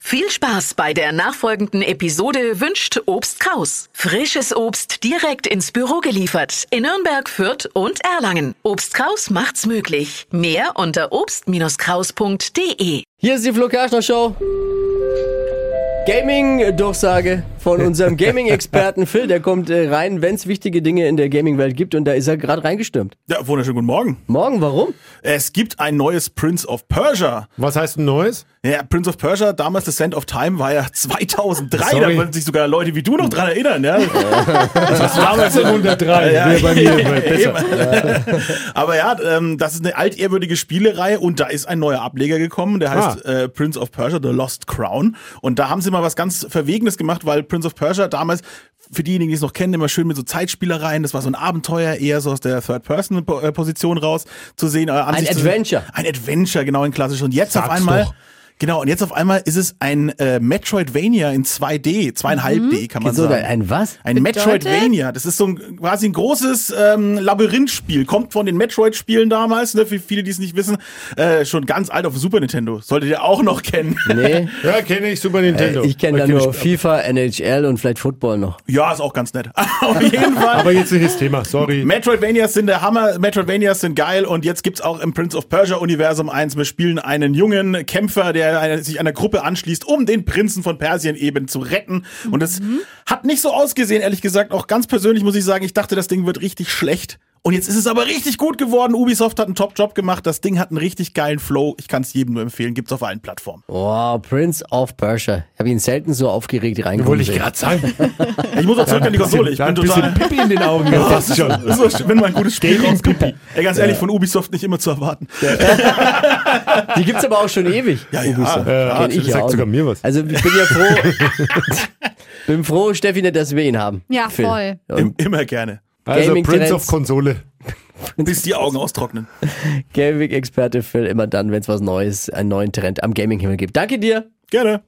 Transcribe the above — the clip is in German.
Viel Spaß bei der nachfolgenden Episode wünscht Obst Kraus. Frisches Obst direkt ins Büro geliefert in Nürnberg, Fürth und Erlangen. Obst Kraus macht's möglich. Mehr unter obst-kraus.de. Hier ist die Flo Kerschner Show. Gaming-Durchsage von unserem Gaming-Experten Phil. Der kommt äh, rein, wenn es wichtige Dinge in der Gaming-Welt gibt. Und da ist er gerade reingestürmt. Ja, wunderschönen guten Morgen. Morgen, warum? Es gibt ein neues Prince of Persia. Was heißt ein neues? Ja, Prince of Persia, damals The Sand of Time, war ja 2003. Sorry. Da können sich sogar Leute wie du noch dran erinnern. Ja. Das war 1803. Ja, Wäre bei mir besser. eben. Aber ja, ähm, das ist eine altehrwürdige Spielereihe und da ist ein neuer Ableger gekommen, der heißt Ah. äh, Prince of Persia, The Lost Crown. Und da haben sie mal was ganz Verwegenes gemacht, weil Prince of Persia damals, für diejenigen, die es noch kennen, immer schön mit so Zeitspielereien, das war so ein Abenteuer, eher so aus der Third-Person-Position raus zu sehen. äh, an Ein sich zu- Adventure. Ein Adventure, genau, ein klassisch. Und jetzt auf Sag's einmal... doch. Genau, und jetzt auf einmal ist es ein äh, Metroidvania in 2D, zweieinhalb D, kann man Also So, sagen. Mhm. ein was? Ein Metroidvania, das ist so ein, quasi ein großes ähm, Labyrinthspiel. Kommt von den Metroid-Spielen damals, ne? für viele, die es nicht wissen. Äh, schon ganz alt auf dem Super Nintendo. Solltet ihr auch noch kennen. Nee. Ja, kenne ich Super Nintendo. Äh, Ich kenne da kenn nur Also, ich- FIFA, NHL und vielleicht Football noch. Ja, ist auch ganz nett. auf jeden Fall. Aber jetzt nicht das Thema, sorry. Metroidvanias sind der Hammer, Metroidvanias sind geil und jetzt gibt's auch im Prince of Persia Universum eins. Wir spielen einen jungen Kämpfer, der einer- sich einer Gruppe anschließt, um den Prinzen von Persien eben zu retten. Und es hat nicht so ausgesehen, ehrlich gesagt. Auch ganz persönlich muss ich sagen, ich dachte, das Ding wird richtig schlecht. Und jetzt ist es aber richtig gut geworden. Ubisoft hat einen Top-Job gemacht. Das Ding hat einen richtig geilen Flow. Ich kann's jedem nur empfehlen. Gibt's auf allen Plattformen. Wow, Oh, Prince of Persia. Ich habe ihn selten so aufgeregt reingekommen. Wollte ich gerade sagen. Ich muss auch zurück an die Konsole. Ich Da bin hat ein bisschen total... Pippi in den Augen gefasst schon. So, wenn mal ein gutes Spiel rauskommt. Ey, ganz ehrlich, von Ubisoft nicht immer zu erwarten. Die gibt's aber auch schon ewig. Ja, ja. Ja, Kenn ich das ja sagt auch. sogar mir was. Also ich bin ja froh. bin froh, Steffi, nicht, dass wir ihn haben. Ja, voll. Im, immer gerne. Also Gaming Prince Trends. of Konsole. Bis die Augen austrocknen. Gaming-Experte Phil immer dann, wenn es was Neues, einen neuen Trend am Gaming-Himmel gibt. Danke dir. Gerne.